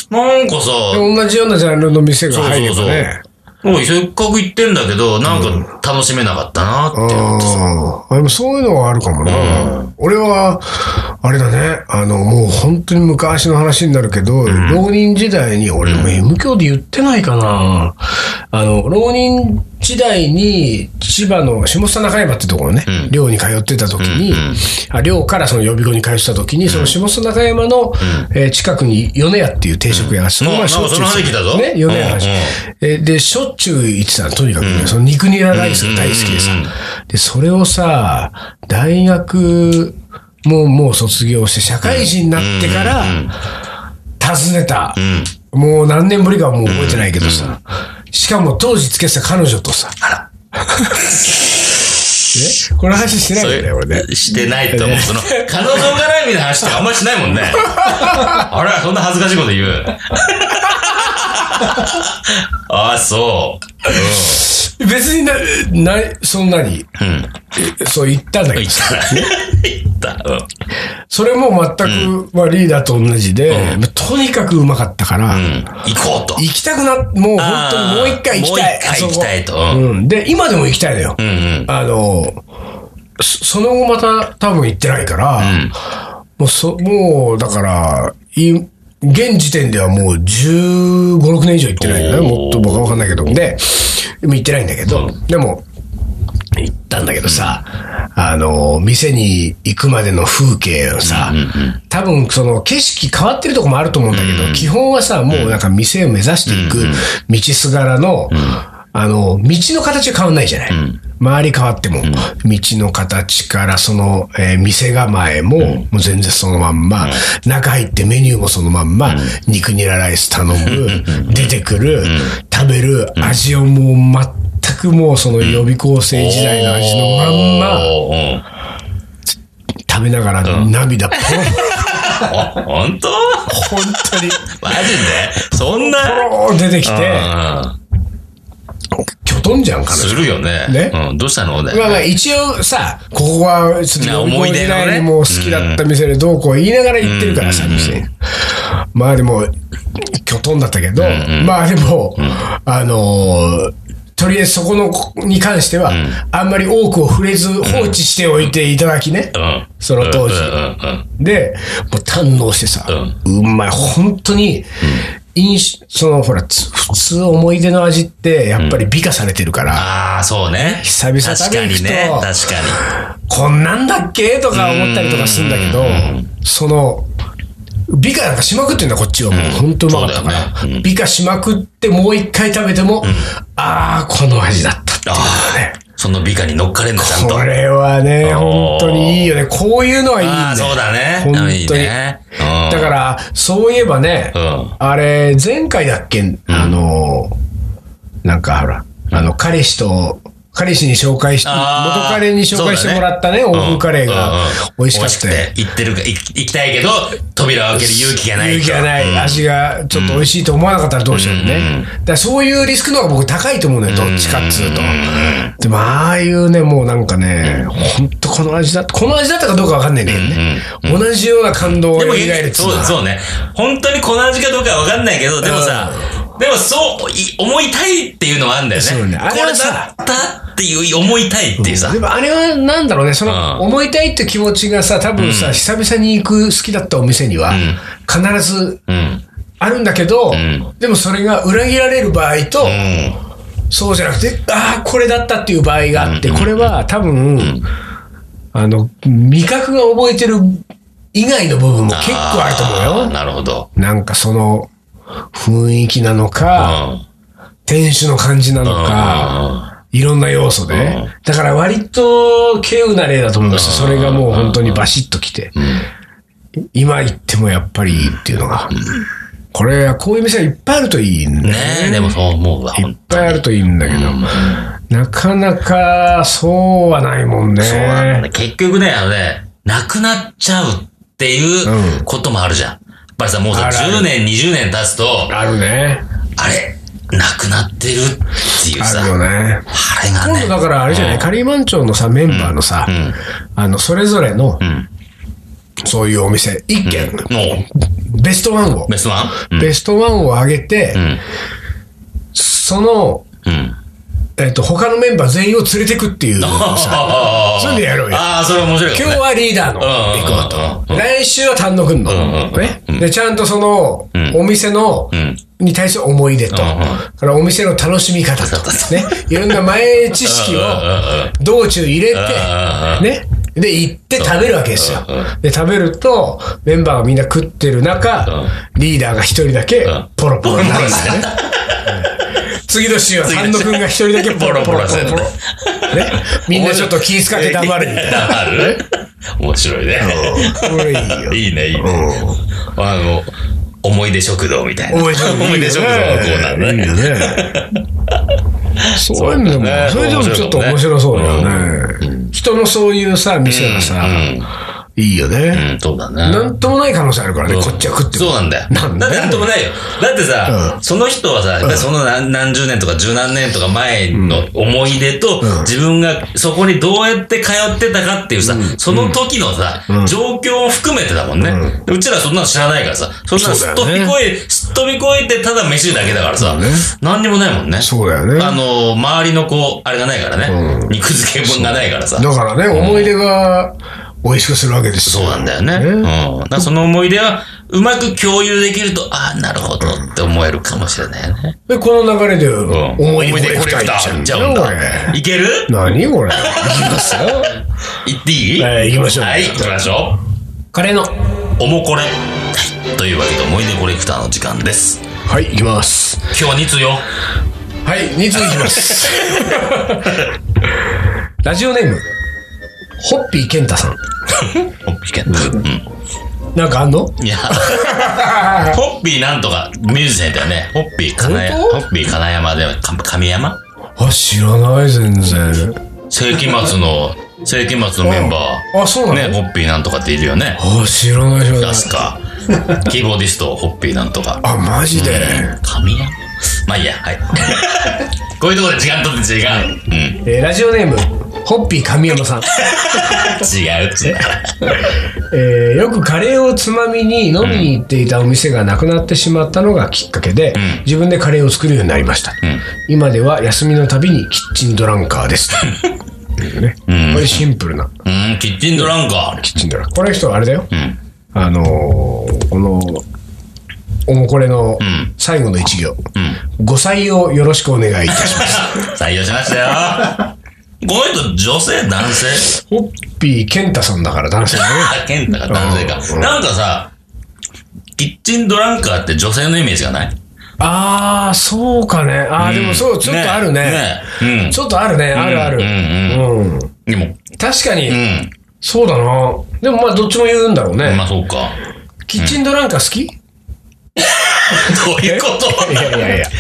[SPEAKER 1] なんかさ、
[SPEAKER 2] で同じようなジャンルの店が入るよね。
[SPEAKER 1] もうせっかく行ってんだけど、なんか楽しめなかったなって
[SPEAKER 2] あ
[SPEAKER 1] 思ってさ
[SPEAKER 2] あ、でもそういうのはあるかもな。俺は、あれだね、あの、もう本当に昔の話になるけど、浪人時代に、俺も M 教で言ってないかな。あの、浪人時代に、千葉の下総中山ってところね、寮に通ってた時に、あ寮からその予備校に通ってた時に、その下総中山の、えー近くに米屋っていう定食屋がすごい
[SPEAKER 1] うん
[SPEAKER 2] まあしょっちゅう
[SPEAKER 1] なんかその話聞いたぞ
[SPEAKER 2] ね、米屋の話
[SPEAKER 1] うんうん
[SPEAKER 2] えーで、しょっちゅう行ってたの、とにかくね、その肉ニラライスが大好きでさ、
[SPEAKER 1] うんうんうん
[SPEAKER 2] で、それをさ、大学ももう卒業して、社会人になってから、訪ねた、
[SPEAKER 1] うん。
[SPEAKER 2] もう何年ぶりかはもう覚えてないけどさ、しかも当時付き合ってた彼女とさ、 (laughs) ね、この話してないよね、俺ね。
[SPEAKER 1] してないと思う。その、彼女がないみたいな話ってあんまりしない
[SPEAKER 2] (laughs)
[SPEAKER 1] もんね。あら、そんな恥ずかしいこと言う。ああ、そ
[SPEAKER 2] 別にな、な、そんなに、
[SPEAKER 1] う。うん。
[SPEAKER 2] そう言ったんだけ
[SPEAKER 1] 言
[SPEAKER 2] ど
[SPEAKER 1] っ
[SPEAKER 2] さ、
[SPEAKER 1] た。言った。うん。
[SPEAKER 2] それも全く、まあリーダーと同じで、とにかくうまかったから、
[SPEAKER 1] うん行こうと。
[SPEAKER 2] 行きたくな、もう本当にもう一回行きたい。
[SPEAKER 1] あーも
[SPEAKER 2] あ
[SPEAKER 1] う一回
[SPEAKER 2] そこ
[SPEAKER 1] 行きたいと
[SPEAKER 2] うん。で、今でも行きたいのよ。
[SPEAKER 1] うんうん。
[SPEAKER 2] あの、そその後また多分行ってないから、もうそ、もうだから、い現時点ではもう15、6年以上行ってないんだよ。
[SPEAKER 1] おー
[SPEAKER 2] もっと僕はわかんないけど。で、でも行ってないんだけど、でも、行ったんだけどさ、あの、店に行くまでの風景をさ、多分その景色変わってるとこもあると思うんだけど、基本はさ、もうなんか店を目指していく道すがらの、あの、道の形は変わんないじゃない。周り変わっても、道の形からその、えー店構えも、もう全然そのまんま、中入ってメニューもそのまんま、肉ニラライス頼む、出てくる、食べる、味をもう全くもうその予備校生時代の味のまんま、
[SPEAKER 1] おー。うん
[SPEAKER 2] 食べながら涙ポロ、
[SPEAKER 1] あ、本当 (laughs)
[SPEAKER 2] 本当に、
[SPEAKER 1] マジでそん
[SPEAKER 2] ポ
[SPEAKER 1] な。
[SPEAKER 2] ローン出てきて、
[SPEAKER 1] うん。
[SPEAKER 2] きょとんじゃん、彼
[SPEAKER 1] す
[SPEAKER 2] 女。
[SPEAKER 1] るよね。
[SPEAKER 2] ね
[SPEAKER 1] うん。どうしたのだ
[SPEAKER 2] まあまあ
[SPEAKER 1] よね。
[SPEAKER 2] 一応さ、ここは、ちょっと思い出
[SPEAKER 1] いや思い出のね
[SPEAKER 2] にもう好きだった店でどうこう言いながら行ってるからさ、店にまあでも、きょとんだったけど、まあでも、あのーとりあえずそこのに関しては、あんまり多くを触れず放置しておいていただきね。
[SPEAKER 1] うん。
[SPEAKER 2] その当時
[SPEAKER 1] うんうんうん
[SPEAKER 2] で、もう堪能してさ、うまい。本当に、印象そのほら、つ普通思い出の味って、やっぱり美化されてるから、
[SPEAKER 1] ああ、そうね。
[SPEAKER 2] 久々食
[SPEAKER 1] 確か
[SPEAKER 2] べに行く
[SPEAKER 1] に
[SPEAKER 2] と
[SPEAKER 1] ね。確かに。
[SPEAKER 2] こんなんだっけとか思ったりとかするんだけど、その、美化なんかしまくってんだ、こっちはもう。ほんとうまかったから。
[SPEAKER 1] そうだよね
[SPEAKER 2] 美化しまくって、もう一回食べても、ああ、この味だったっていうのがね。
[SPEAKER 1] その美化に乗っかれんだ、ちゃんと。
[SPEAKER 2] これはね、
[SPEAKER 1] おー
[SPEAKER 2] 本当にいいよね。こういうのはいいん
[SPEAKER 1] ああ、そうだね。
[SPEAKER 2] 本当に
[SPEAKER 1] いいね。うん
[SPEAKER 2] だから、そういえばね、
[SPEAKER 1] うん
[SPEAKER 2] あれ、前回だっけ、あの、なんかほら、あの、彼氏と、彼氏に紹介し、元
[SPEAKER 1] あー
[SPEAKER 2] 彼に紹介してもらったね、欧
[SPEAKER 1] そうだね
[SPEAKER 2] 風カレー
[SPEAKER 1] うんうん
[SPEAKER 2] が
[SPEAKER 1] うん
[SPEAKER 2] 美味しかったよ。
[SPEAKER 1] 美味しくて行ってるか、行行きたいけど、扉を開ける勇気がないと。
[SPEAKER 2] 勇気がない、
[SPEAKER 1] うん
[SPEAKER 2] 味がちょっと美味しいと思わなかったらどうしようね。
[SPEAKER 1] うんうん
[SPEAKER 2] だからそういうリスクの方が僕高いと思うのよ、どっちかっつうと。
[SPEAKER 1] ん
[SPEAKER 2] でも、ああいうね、もうなんかね、ほんとこの味だこの味だったかどうかわかんないんだけどね。同じような感動を蘇
[SPEAKER 1] でも、
[SPEAKER 2] るっつうの
[SPEAKER 1] そう、
[SPEAKER 2] は
[SPEAKER 1] そうね。本当にこの味かどうかわかんないけど、でもさ、でもそう、い思いたいっていうのはあるんだよね。
[SPEAKER 2] そうねあ
[SPEAKER 1] こ
[SPEAKER 2] れは
[SPEAKER 1] れ
[SPEAKER 2] さ
[SPEAKER 1] だったっていう思いたいっていうさ
[SPEAKER 2] で。もあれはなんだろうね、その
[SPEAKER 1] うん
[SPEAKER 2] 思いたいって気持ちがさ、多分さ、久々に行く好きだったお店には、必ず
[SPEAKER 1] うん。
[SPEAKER 2] あるんだけど、
[SPEAKER 1] ん
[SPEAKER 2] でもそれが裏切られる場合と、
[SPEAKER 1] うん。
[SPEAKER 2] そうじゃなくて、ああ、これだったっていう場合があって、これは多分、あの、味覚が覚えてる以外の部分も結構あると思
[SPEAKER 1] あ
[SPEAKER 2] う
[SPEAKER 1] ー
[SPEAKER 2] よ。
[SPEAKER 1] なるほど。
[SPEAKER 2] なんかその雰囲気なの
[SPEAKER 1] うん。
[SPEAKER 2] か、店主の感じなのか、いろんな要素で。
[SPEAKER 1] うん
[SPEAKER 2] だから割と稀有な例だと思いますよ。それがもう本当にバシッときて。今行ってもやっぱりいいっていうのが。これ、こういう店はいっぱいあるといいんだよ
[SPEAKER 1] ねえ、でもそう思うわ。
[SPEAKER 2] いっぱいあるといいんだけど、なかなかそうはないもんね。
[SPEAKER 1] そうなんだ。結局ね、あのね、なくなっちゃうっていうこともあるじゃん。やっぱりさ、もうさ、
[SPEAKER 2] あるある
[SPEAKER 1] 10年、20年経つと、
[SPEAKER 2] あるね。
[SPEAKER 1] あれ、なくなってるっていう
[SPEAKER 2] あ
[SPEAKER 1] さ、
[SPEAKER 2] るよね。
[SPEAKER 1] あれが
[SPEAKER 2] 今
[SPEAKER 1] ね
[SPEAKER 2] 度。だからあれじゃない、カリーマン町のさ、メンバーのさ、
[SPEAKER 1] うん
[SPEAKER 2] あの、それぞれの、
[SPEAKER 1] ん
[SPEAKER 2] そういうお店、一軒、
[SPEAKER 1] も
[SPEAKER 2] ベストワンを
[SPEAKER 1] う、、ベストワンうん
[SPEAKER 2] ベストワンを上げて、
[SPEAKER 1] ん
[SPEAKER 2] その、
[SPEAKER 1] うん。
[SPEAKER 2] えっと、他のメンバー全員を連れてくって
[SPEAKER 1] (laughs)
[SPEAKER 2] いうさ、(laughs)
[SPEAKER 1] あ
[SPEAKER 2] それでやろうよ
[SPEAKER 1] (laughs) ああ、それ面白いか
[SPEAKER 2] 今
[SPEAKER 1] もね。
[SPEAKER 2] 日はリーダーの行こうと。来週は単独の。
[SPEAKER 1] んうん
[SPEAKER 2] ね。で、ちゃんとその、お店の、
[SPEAKER 1] ん
[SPEAKER 2] に対する思い出と、
[SPEAKER 1] ん
[SPEAKER 2] からお店の楽しみ方と、ね。いろんな前知識を
[SPEAKER 1] うんうんうん
[SPEAKER 2] 道中入れて
[SPEAKER 1] ん、
[SPEAKER 2] ね。で、行って食べるわけですよ。で、食べると、メンバーがみんな食ってる中、リーダーが一人だけ
[SPEAKER 1] ん、
[SPEAKER 2] ポロポロになるんですよね。次の週は
[SPEAKER 1] 次
[SPEAKER 2] 丹
[SPEAKER 1] の週
[SPEAKER 2] 野くんが一人だけポロポロ
[SPEAKER 1] ポロポロ
[SPEAKER 2] ポ
[SPEAKER 1] す
[SPEAKER 2] ロ
[SPEAKER 1] る
[SPEAKER 2] ポロ。ね。みんなちょっと気遣って黙るみ
[SPEAKER 1] (laughs)
[SPEAKER 2] たいな。
[SPEAKER 1] ある面白いね。
[SPEAKER 2] これいいよ。
[SPEAKER 1] いいね、いいね。あの、思い出食堂みたいな。
[SPEAKER 2] 思い出食堂
[SPEAKER 1] (laughs) 思い出食堂のコーナー
[SPEAKER 2] い
[SPEAKER 1] ね。
[SPEAKER 2] いよね。そういうのも、それでもちょっと面白そうだよね。人のそういうさ、店がさ、いいよね。
[SPEAKER 1] うん、そうだね。
[SPEAKER 2] なんともない可能性あるからね、こっちは食って
[SPEAKER 1] そう
[SPEAKER 2] も。
[SPEAKER 1] なんだよ。
[SPEAKER 2] なんで
[SPEAKER 1] だってなんともないよ。だってさ、その人はさ、やっぱりその何何十年とか十何年とか前の思い出と、自分がそこにどうやって通ってたかっていうさ、その時のさ、状況を含めてだもんね、うちらそんなの知らないからさ、そんなのすっ飛び越
[SPEAKER 2] そう
[SPEAKER 1] え、すっ飛び越えてただ飯だけだからさ、
[SPEAKER 2] ね
[SPEAKER 1] 何にもないもんね。
[SPEAKER 2] そうだよね。
[SPEAKER 1] あの、周りのこう、あれがないからね。肉付け分がないからさ。
[SPEAKER 2] だからね、思い出が美味しくするわけです
[SPEAKER 1] そう
[SPEAKER 2] よ。
[SPEAKER 1] なんだよね。うん。だからその思い出は、うまく共有できると、ああ、なるほどって思えるかもしれないよね。
[SPEAKER 2] で、この流れで、
[SPEAKER 1] うん。
[SPEAKER 2] 思い出コレクター行っちゃう
[SPEAKER 1] 行
[SPEAKER 2] ん
[SPEAKER 1] っち
[SPEAKER 2] だ
[SPEAKER 1] ゃうん
[SPEAKER 2] よ、こ
[SPEAKER 1] だ。
[SPEAKER 2] れ。
[SPEAKER 1] (laughs) いける
[SPEAKER 2] 何これ。いきますよ。
[SPEAKER 1] 行っていい
[SPEAKER 2] はい行きましょう
[SPEAKER 1] はい、行きましょ
[SPEAKER 2] カレーの。
[SPEAKER 1] う。おもこれ。はい。というわけで、思い出コレクターの時間です。
[SPEAKER 2] はい、いきます。
[SPEAKER 1] 今日は2通よ。
[SPEAKER 2] はい、2通いき
[SPEAKER 1] (laughs)
[SPEAKER 2] ます。ラジオネーム、ホッピー健太さん。
[SPEAKER 1] ホッピーケンタうん。
[SPEAKER 2] なんかあんの (laughs)
[SPEAKER 1] いや、ホッピーなんとか、ミュージシャンだよね。ホッピー金山、
[SPEAKER 2] 本
[SPEAKER 1] ホッピー金山では、か神山
[SPEAKER 2] あ、知らない、全然。
[SPEAKER 1] 世紀末の、世紀末のメンバ
[SPEAKER 2] あ、そうなの、
[SPEAKER 1] ー、ね、ホッピーなんとかっているよね。
[SPEAKER 2] あ、知らない、知らない。
[SPEAKER 1] 確か。キーボーディスト、ホッピーなんとか。
[SPEAKER 2] あ、マジで。
[SPEAKER 1] 神山
[SPEAKER 2] (laughs)
[SPEAKER 1] まあいいや、はい。こういうところで時間取って時間。うん。
[SPEAKER 2] えーラジオネーム、ホッピー神山さん。
[SPEAKER 1] 違う違う。
[SPEAKER 2] えーよくカレーをつまみに飲みに行っていたお店がなくなってしまったのがきっかけで、自分でカレーを作るようになりました、今では休みのたびにキッチンドランカーですっていうねこれシンプルな
[SPEAKER 1] うん、キッチンドランカー。
[SPEAKER 2] キッチンドランカーこれ人あれだよ、
[SPEAKER 1] ん
[SPEAKER 2] あのーこのおもこれの
[SPEAKER 1] ん
[SPEAKER 2] 最後の一行、ご採用よろしくお願いいたし (laughs) ます
[SPEAKER 1] 採用しましたよ。この人、女性男性
[SPEAKER 2] ホッピー健太さんだから男性だね
[SPEAKER 1] あ、健太が男性
[SPEAKER 2] うん
[SPEAKER 1] か。なんかさ、キッチンドランカーって女性のイメージがない
[SPEAKER 2] (laughs) ああそうかねああでもそうちょっとあるね
[SPEAKER 1] ね
[SPEAKER 2] ちょっとあるね、あるある。
[SPEAKER 1] う
[SPEAKER 2] うん
[SPEAKER 1] うん。でも、
[SPEAKER 2] 確かに、
[SPEAKER 1] うん。
[SPEAKER 2] そうだな。でもまあ、どっちも言うんだろうね。
[SPEAKER 1] まあそう
[SPEAKER 2] (laughs)
[SPEAKER 1] か。
[SPEAKER 2] キッチンドランカー好き、
[SPEAKER 1] どういうこと
[SPEAKER 2] いやいやいや。
[SPEAKER 1] 好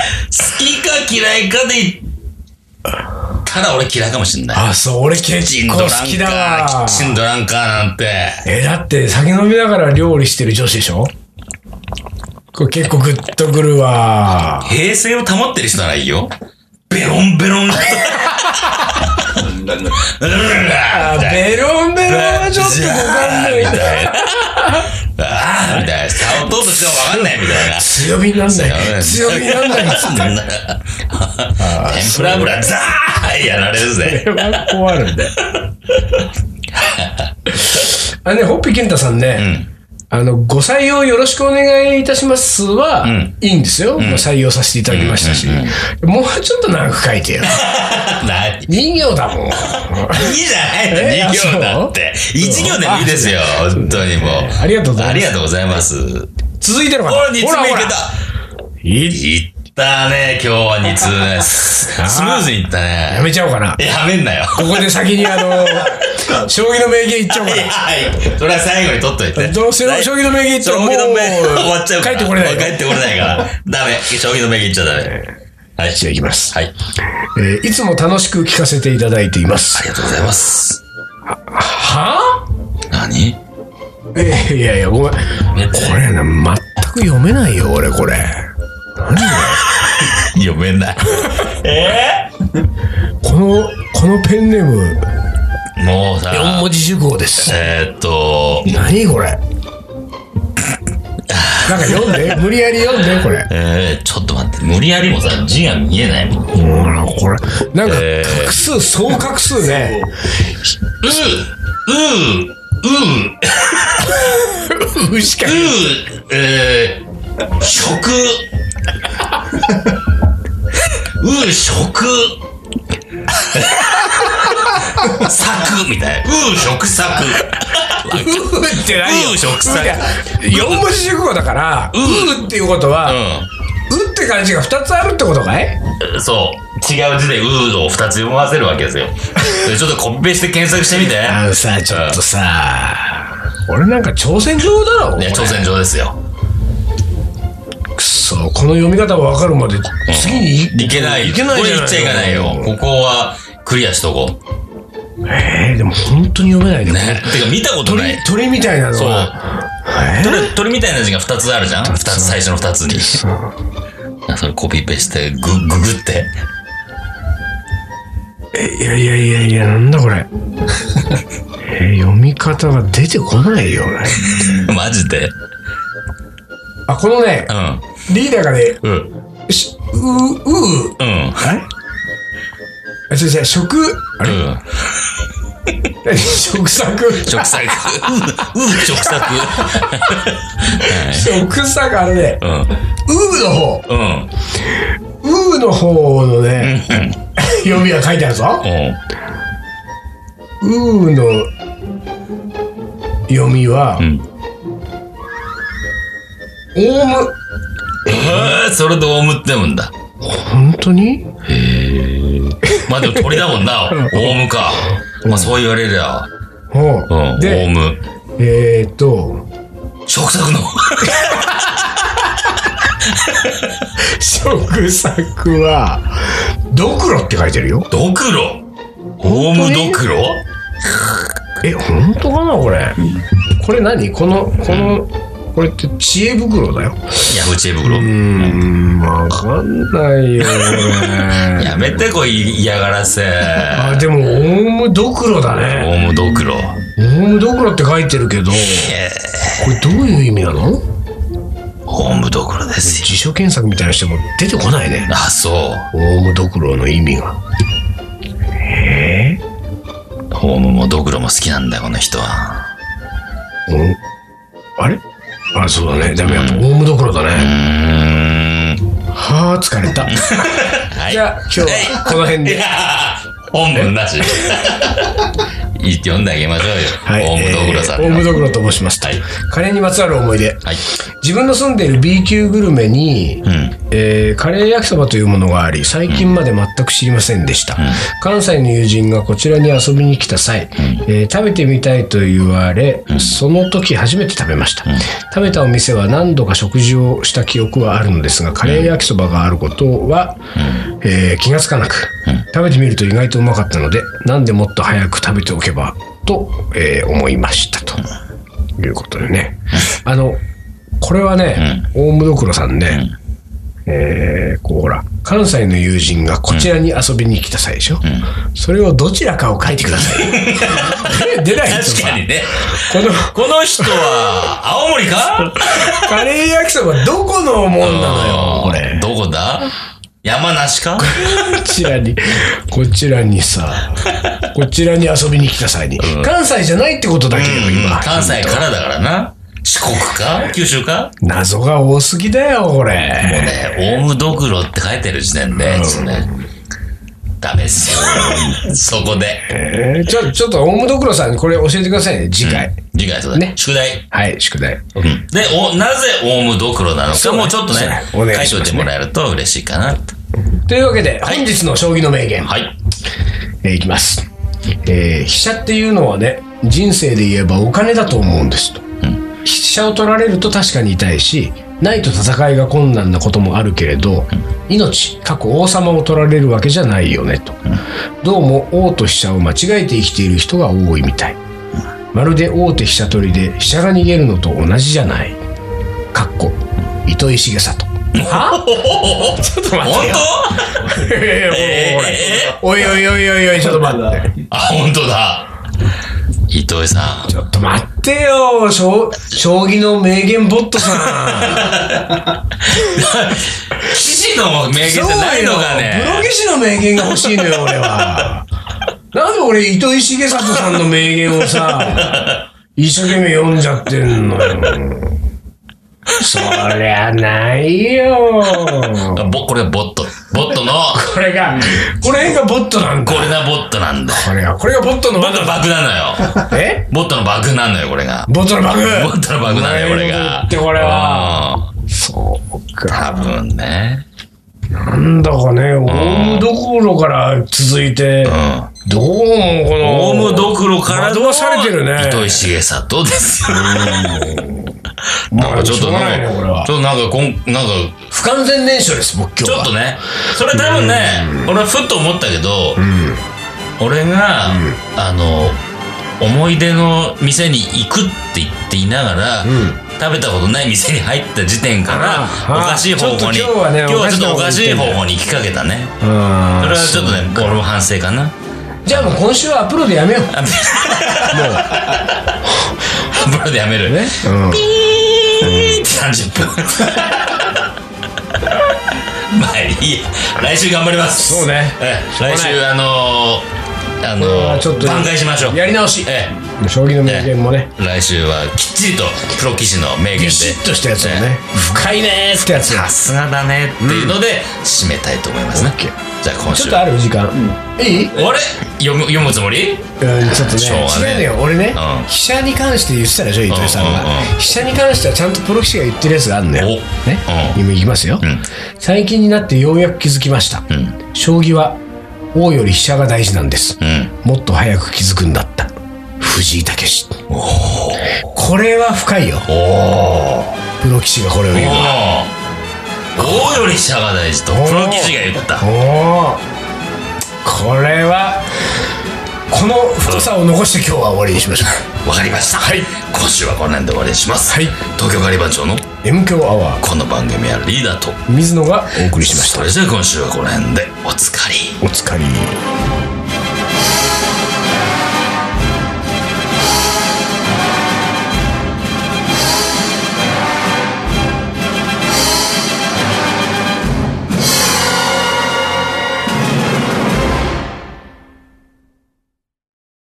[SPEAKER 1] きか嫌いかで言っただ俺嫌いかもしんない。
[SPEAKER 2] (laughs) あ、そう、俺
[SPEAKER 1] キッ
[SPEAKER 2] 結
[SPEAKER 1] チンド
[SPEAKER 2] 構
[SPEAKER 1] ラン
[SPEAKER 2] 好
[SPEAKER 1] カー、キ
[SPEAKER 2] きだわ
[SPEAKER 1] ッ。チンドランカーなんて。
[SPEAKER 2] え、だって酒飲みながら料理してる女子でしょこれ結構グッとくるわ。
[SPEAKER 1] 平成を保ってる人ならいいよ。ベロンベロン。うん
[SPEAKER 2] あ、ベロンベロンはちょっとごかんない
[SPEAKER 1] み (laughs) たいな。あーみたいな。触っとうとしてもわかんないみたいな。
[SPEAKER 2] 強火なんだよ。強
[SPEAKER 1] 強
[SPEAKER 2] 火
[SPEAKER 1] い
[SPEAKER 2] なんだよ。
[SPEAKER 1] (laughs) 天ぷら油、ザーやられるぜ。
[SPEAKER 2] それは困るんだよ。あのね、ホッピー健太さんね、あの、ご採用よろしくお願いいたしますは、
[SPEAKER 1] ん
[SPEAKER 2] いいんですよ、まあ採用させていただきましたし。もうちょっと長く書いてよ。
[SPEAKER 1] ないい
[SPEAKER 2] 人形だもん。
[SPEAKER 1] じゃないの
[SPEAKER 2] え
[SPEAKER 1] ?2 行だって。1行でもいいですよ。本当にもう。
[SPEAKER 2] ありがとうございます
[SPEAKER 1] ありがとうございます。ほ
[SPEAKER 2] 続いての方。
[SPEAKER 1] ら、2通目いけた。
[SPEAKER 2] い
[SPEAKER 1] いったね、今日は2通目。スムーズにいった
[SPEAKER 2] や
[SPEAKER 1] ね。
[SPEAKER 2] めちゃおうかな。
[SPEAKER 1] やめんなよ。
[SPEAKER 2] ここで先にあの、将棋の名言言っちゃおうか
[SPEAKER 1] いやはい。それは最後に取っといて。
[SPEAKER 2] な。どうせ
[SPEAKER 1] 来
[SPEAKER 2] 将棋の名言言っちゃ
[SPEAKER 1] 将
[SPEAKER 2] もう
[SPEAKER 1] 棋の目終わっちゃうから。
[SPEAKER 2] 帰ってこれないよ。
[SPEAKER 1] 帰ってこれないから。ダメ。将棋の目言っちゃダメ。はい。
[SPEAKER 2] じゃあ行きます、
[SPEAKER 1] はい。
[SPEAKER 2] えーいつも楽しく聞かせていただいていま
[SPEAKER 1] あ
[SPEAKER 2] す。
[SPEAKER 1] りがとうございます。
[SPEAKER 2] はぁ、
[SPEAKER 1] 何
[SPEAKER 2] えいやいや、ごめん。これね、全く読めないよ、俺、これ。
[SPEAKER 1] 読めない。
[SPEAKER 2] この、このペンネーム、
[SPEAKER 1] もうさ、
[SPEAKER 2] 四文字熟語です。
[SPEAKER 1] えーっと、
[SPEAKER 2] 何これ。なんか読んで、無理やり読んで、これ。
[SPEAKER 1] えー、ちょっと待って、無理やりもさ、字が見えないもん。う
[SPEAKER 2] ほら、これ。なんか、
[SPEAKER 1] えー
[SPEAKER 2] 画数、総画数ね。
[SPEAKER 1] ううう
[SPEAKER 2] うしか
[SPEAKER 1] うえー、食う食作みたいな。う食作。
[SPEAKER 2] うって何よ
[SPEAKER 1] う食
[SPEAKER 2] う
[SPEAKER 1] 作
[SPEAKER 2] いや四文字熟語だから、うっていうことは、うって漢字が二つあるってことかい
[SPEAKER 1] うん。そう。違う字でうーを二つ読ませるわけですよ。でちょっとコピペして検索してみて。
[SPEAKER 2] あのさ、ちょっとさ、俺なんか挑戦状だろ、こ
[SPEAKER 1] い
[SPEAKER 2] れ
[SPEAKER 1] や、挑戦状ですよ。
[SPEAKER 2] くそ、この読み方が分かるまで、次に
[SPEAKER 1] いけない。
[SPEAKER 2] いけない
[SPEAKER 1] こ
[SPEAKER 2] じ
[SPEAKER 1] れ
[SPEAKER 2] ゃない
[SPEAKER 1] 言っちゃいかないよ。ここはクリアしとこう。
[SPEAKER 2] えー、でも本当に読めないね。
[SPEAKER 1] ね。てか見たことない
[SPEAKER 2] 鳥、。鳥みたいなの
[SPEAKER 1] そう。
[SPEAKER 2] は。えー
[SPEAKER 1] 鳥鳥みたいな字が2つあるじゃん ?2 つ、最初の2つに。あそれコピペして、グ、ググって。
[SPEAKER 2] えいやいやいやいや、なんだこれ。えー読み方が出てこないよ、ね、
[SPEAKER 1] マジで。
[SPEAKER 2] あ、このね
[SPEAKER 1] う、ん。
[SPEAKER 2] リーダーがね、
[SPEAKER 1] うん。
[SPEAKER 2] しう、う、
[SPEAKER 1] うん。
[SPEAKER 2] あれあ、違う違う、食、あれ
[SPEAKER 1] うん。
[SPEAKER 2] 何 (laughs) 食作。(laughs)
[SPEAKER 1] 食作。うん、うん食作。
[SPEAKER 2] 食作、あれね、
[SPEAKER 1] うん。
[SPEAKER 2] うの方。
[SPEAKER 1] うん。
[SPEAKER 2] うーの方のね、読みが書いてあるぞ。
[SPEAKER 1] うん。
[SPEAKER 2] うーの読みは、オ
[SPEAKER 1] ん
[SPEAKER 2] ウム。
[SPEAKER 1] えーそれでオウムって読むんだ。
[SPEAKER 2] 本当に
[SPEAKER 1] まあでも鳥だもんな。オウムか。まあそう言われりゃ。
[SPEAKER 2] ほ
[SPEAKER 1] うん。オ
[SPEAKER 2] う。
[SPEAKER 1] ウ
[SPEAKER 2] で、
[SPEAKER 1] ム。
[SPEAKER 2] えーっと、
[SPEAKER 1] 食 (laughs) 作の。
[SPEAKER 2] 食作は、ドクロって書いてるよ。
[SPEAKER 1] ドクロ。オウムドクロ
[SPEAKER 2] え、本当かなこれ。これ何この、この、これって知恵袋だよ。
[SPEAKER 1] ヤフー知恵袋。
[SPEAKER 2] うーん、わかんかんない
[SPEAKER 1] (laughs)
[SPEAKER 2] よ、俺。
[SPEAKER 1] やめてこい、嫌がらせ。
[SPEAKER 2] あ、でも、オウムドクロだ
[SPEAKER 1] オ
[SPEAKER 2] ね。
[SPEAKER 1] ウムドクロ。
[SPEAKER 2] オウムドクロって書いてるけど、これどういう意味なの
[SPEAKER 1] オウムドクロですよ。
[SPEAKER 2] 辞書検索みたいな人も出てこないね。
[SPEAKER 1] あ、そう。
[SPEAKER 2] オウムドクロの意味が。え
[SPEAKER 1] オウムもドクロも好きなんだよ、この人は。
[SPEAKER 2] ぇ、うんあれあ、そうだね。でもやっぱオウムドクロだ
[SPEAKER 1] う
[SPEAKER 2] ね。
[SPEAKER 1] ーん。
[SPEAKER 2] はぁ、疲 (laughs) れた。
[SPEAKER 1] はい。
[SPEAKER 2] じゃあ、今日はこの辺
[SPEAKER 1] い
[SPEAKER 2] (laughs) で。
[SPEAKER 1] やー本文なし。いいって読んであげましょうよ。
[SPEAKER 2] はい、
[SPEAKER 1] オウムドクロさん
[SPEAKER 2] えー
[SPEAKER 1] の。
[SPEAKER 2] オウムドクロと申しました。
[SPEAKER 1] はい
[SPEAKER 2] カレーにまつわる思い出。
[SPEAKER 1] はい。
[SPEAKER 2] 自分の住んでいる B 級グルメに、
[SPEAKER 1] うん。
[SPEAKER 2] えーカレー焼きそばというものがあり、最近まで全く知りませんでした。関西の友人がこちらに遊びに来た際、えー食べてみたいと言われ、その時初めて食べました。食べたお店は何度か食事をした記憶はあるのですが、カレー焼きそばがあることは、えー気がつかなく、食べてみると意外とうまかったので、なんでもっと早く食べておけば、と、えー思いましたと。いうことでね。あの、これはね、オウムドクロさんね、えーこうほら、関西の友人がこちらに遊びに来た際でしょ、それをどちらかを書いてくださ
[SPEAKER 1] (laughs)
[SPEAKER 2] い。出ないと
[SPEAKER 1] 確
[SPEAKER 2] さ
[SPEAKER 1] かにね。
[SPEAKER 2] この
[SPEAKER 1] この人は、青森か
[SPEAKER 2] カレー焼きそばどこのもんなのよ、これ。
[SPEAKER 1] どこだ山梨か
[SPEAKER 2] こちらに、こちらにさ、こちらに遊びに来た際に、関西じゃないってことだけよ、今。
[SPEAKER 1] 関西からだからな。四国か九州か
[SPEAKER 2] 謎が多すぎだよ、こ
[SPEAKER 1] もう
[SPEAKER 2] れ。
[SPEAKER 1] ね、オウムドクロって書いてる時点で、ちょっとね、ダメっ
[SPEAKER 2] (laughs)
[SPEAKER 1] すよ。そこで。
[SPEAKER 2] えーちょ、ちょっと、オウムドクロさんにこれ教えてくださいね、次回。
[SPEAKER 1] 次回そうだね
[SPEAKER 2] ね。
[SPEAKER 1] 宿題。
[SPEAKER 2] はい、宿題。
[SPEAKER 1] で、お、なぜオウムドクロなの
[SPEAKER 2] そ
[SPEAKER 1] か
[SPEAKER 2] うね
[SPEAKER 1] もうちょっと
[SPEAKER 2] そう
[SPEAKER 1] ね
[SPEAKER 2] ね、お願
[SPEAKER 1] 書
[SPEAKER 2] い
[SPEAKER 1] い
[SPEAKER 2] し
[SPEAKER 1] と
[SPEAKER 2] ますね
[SPEAKER 1] いてもらえると嬉しいかなと。
[SPEAKER 2] というわけで、
[SPEAKER 1] い
[SPEAKER 2] 本日の将棋の名言。
[SPEAKER 1] はい。
[SPEAKER 2] えーいきます。えー飛車っていうのはね、人生で言えばお金だと思うんですと。飛車を取られると確かに痛いし、ないと戦いが困難なこともあるけれど、命、過去王様を取られるわけじゃないよねと。どうも王と飛車を間違えて生きている人が多いみたい。まるで王手飛車取りで飛車が逃げるのと同じじゃない。かっこ、糸井重里。 (laughs) ちょっと
[SPEAKER 1] 本
[SPEAKER 2] 待ってよ。
[SPEAKER 1] 当えー
[SPEAKER 2] おいおいおいおいおい、ちょっと待って。
[SPEAKER 1] あ、本当だ。伊藤さん。
[SPEAKER 2] ちょっと待ってよ、将将棋の名言ボットさん。
[SPEAKER 1] 騎士の名言じゃないのか
[SPEAKER 2] そうよプロ
[SPEAKER 1] ね。
[SPEAKER 2] 棋士の名言が欲しいのよ、俺は。なんで俺、糸井重里さんの名言をさ、一生懸命読んじゃってんのよ。そりゃないよ。
[SPEAKER 1] ぼこれボット。ボットの、
[SPEAKER 2] これが、これがボットなんだ
[SPEAKER 1] こ。れがボットなん
[SPEAKER 2] (laughs)
[SPEAKER 1] だ。
[SPEAKER 2] これが、これがボットの
[SPEAKER 1] ボットのバグなのよ。
[SPEAKER 2] え
[SPEAKER 1] ボットのバグなのよ、これが。
[SPEAKER 2] ボットのバグ
[SPEAKER 1] ボットのバグなのよ、これが。
[SPEAKER 2] ってこれは
[SPEAKER 1] うん。
[SPEAKER 2] そうか。
[SPEAKER 1] 多分ね。
[SPEAKER 2] なんだかね、オウムどころから続いて、
[SPEAKER 1] うん。
[SPEAKER 2] どうもこの。
[SPEAKER 1] オウムド
[SPEAKER 2] (laughs)
[SPEAKER 1] クロから
[SPEAKER 2] 惑わされてるね
[SPEAKER 1] 糸井重里ですよ。なん
[SPEAKER 2] (laughs) ま
[SPEAKER 1] か
[SPEAKER 2] あ
[SPEAKER 1] ちょっ
[SPEAKER 2] しょ
[SPEAKER 1] となん
[SPEAKER 2] うがないねこれ
[SPEAKER 1] か、
[SPEAKER 2] は
[SPEAKER 1] ちょっとなんかこん、なんか、
[SPEAKER 2] 不完全燃焼です、僕今日
[SPEAKER 1] ちょっ
[SPEAKER 2] は。
[SPEAKER 1] とね、それ多分ね、俺はふっと思ったけど、俺が、あの、思い出の店に行くって言っていながら、食べたことない店に入った時点から
[SPEAKER 2] あ、あ
[SPEAKER 1] おかしい方向に、
[SPEAKER 2] ちょっと今日はね
[SPEAKER 1] 今日はちょっとおかしい方
[SPEAKER 2] おかしい方
[SPEAKER 1] 向に行きかけたね。
[SPEAKER 2] うん
[SPEAKER 1] それはちょっとね、俺も反省かな。 (laughs)
[SPEAKER 2] じゃあもう今週はアプロでやめよう。も
[SPEAKER 1] ブロでやめる。
[SPEAKER 2] うね。うん
[SPEAKER 1] ピーって30分。 (laughs) まあいいや。来週頑張ります。
[SPEAKER 2] そうね
[SPEAKER 1] ええ来週、あのー、あ
[SPEAKER 2] これ
[SPEAKER 1] の
[SPEAKER 2] はちょっ
[SPEAKER 1] ー、
[SPEAKER 2] と
[SPEAKER 1] 挽回しましょう。
[SPEAKER 2] やり直し。
[SPEAKER 1] え
[SPEAKER 2] 将棋の名言もね、
[SPEAKER 1] え来週はきっちりとプロ棋士の名言で。
[SPEAKER 2] ビシッとしたやつをね、深いねーってやつ。
[SPEAKER 1] さすがだねっていうので、締めたいと思いますね
[SPEAKER 2] オッケ。
[SPEAKER 1] じゃあ今
[SPEAKER 2] ちょ
[SPEAKER 1] 週。
[SPEAKER 2] っと
[SPEAKER 1] あ
[SPEAKER 2] ある時間。いいうん、
[SPEAKER 1] れ読む、読むつもり
[SPEAKER 2] ちょっとね
[SPEAKER 1] しょうが
[SPEAKER 2] 違
[SPEAKER 1] ね
[SPEAKER 2] うのよ俺ね
[SPEAKER 1] うん
[SPEAKER 2] 飛車に関して言ってたでしょ糸井さんが
[SPEAKER 1] うんうんうん
[SPEAKER 2] 飛車に関してはちゃんとプロ棋士が言ってるやつがあるんだよ
[SPEAKER 1] お
[SPEAKER 2] ね
[SPEAKER 1] うん
[SPEAKER 2] 今言いますよ
[SPEAKER 1] ん
[SPEAKER 2] 最近になってようやく気づきました
[SPEAKER 1] うん。
[SPEAKER 2] 将棋は王より飛車が大事なんです
[SPEAKER 1] うん。
[SPEAKER 2] もっと早く気づくんだった藤井武史これは深いよ
[SPEAKER 1] おー。
[SPEAKER 2] プロ棋士がこれを言うのは
[SPEAKER 1] おお王より飛車が大事とプロ棋士が言った
[SPEAKER 2] おおこれはこの太さを残して今日は終わりにしましょ
[SPEAKER 1] わかりました。
[SPEAKER 2] はい
[SPEAKER 1] 今週はこの辺で終わりにします。
[SPEAKER 2] はい
[SPEAKER 1] 東京ガリバン長の (laughs)
[SPEAKER 2] う M 強アワー
[SPEAKER 1] この番組はリーダーと
[SPEAKER 2] 水野がお送りしました
[SPEAKER 1] それじゃあ今週はこの辺でおつかり。
[SPEAKER 2] お疲れ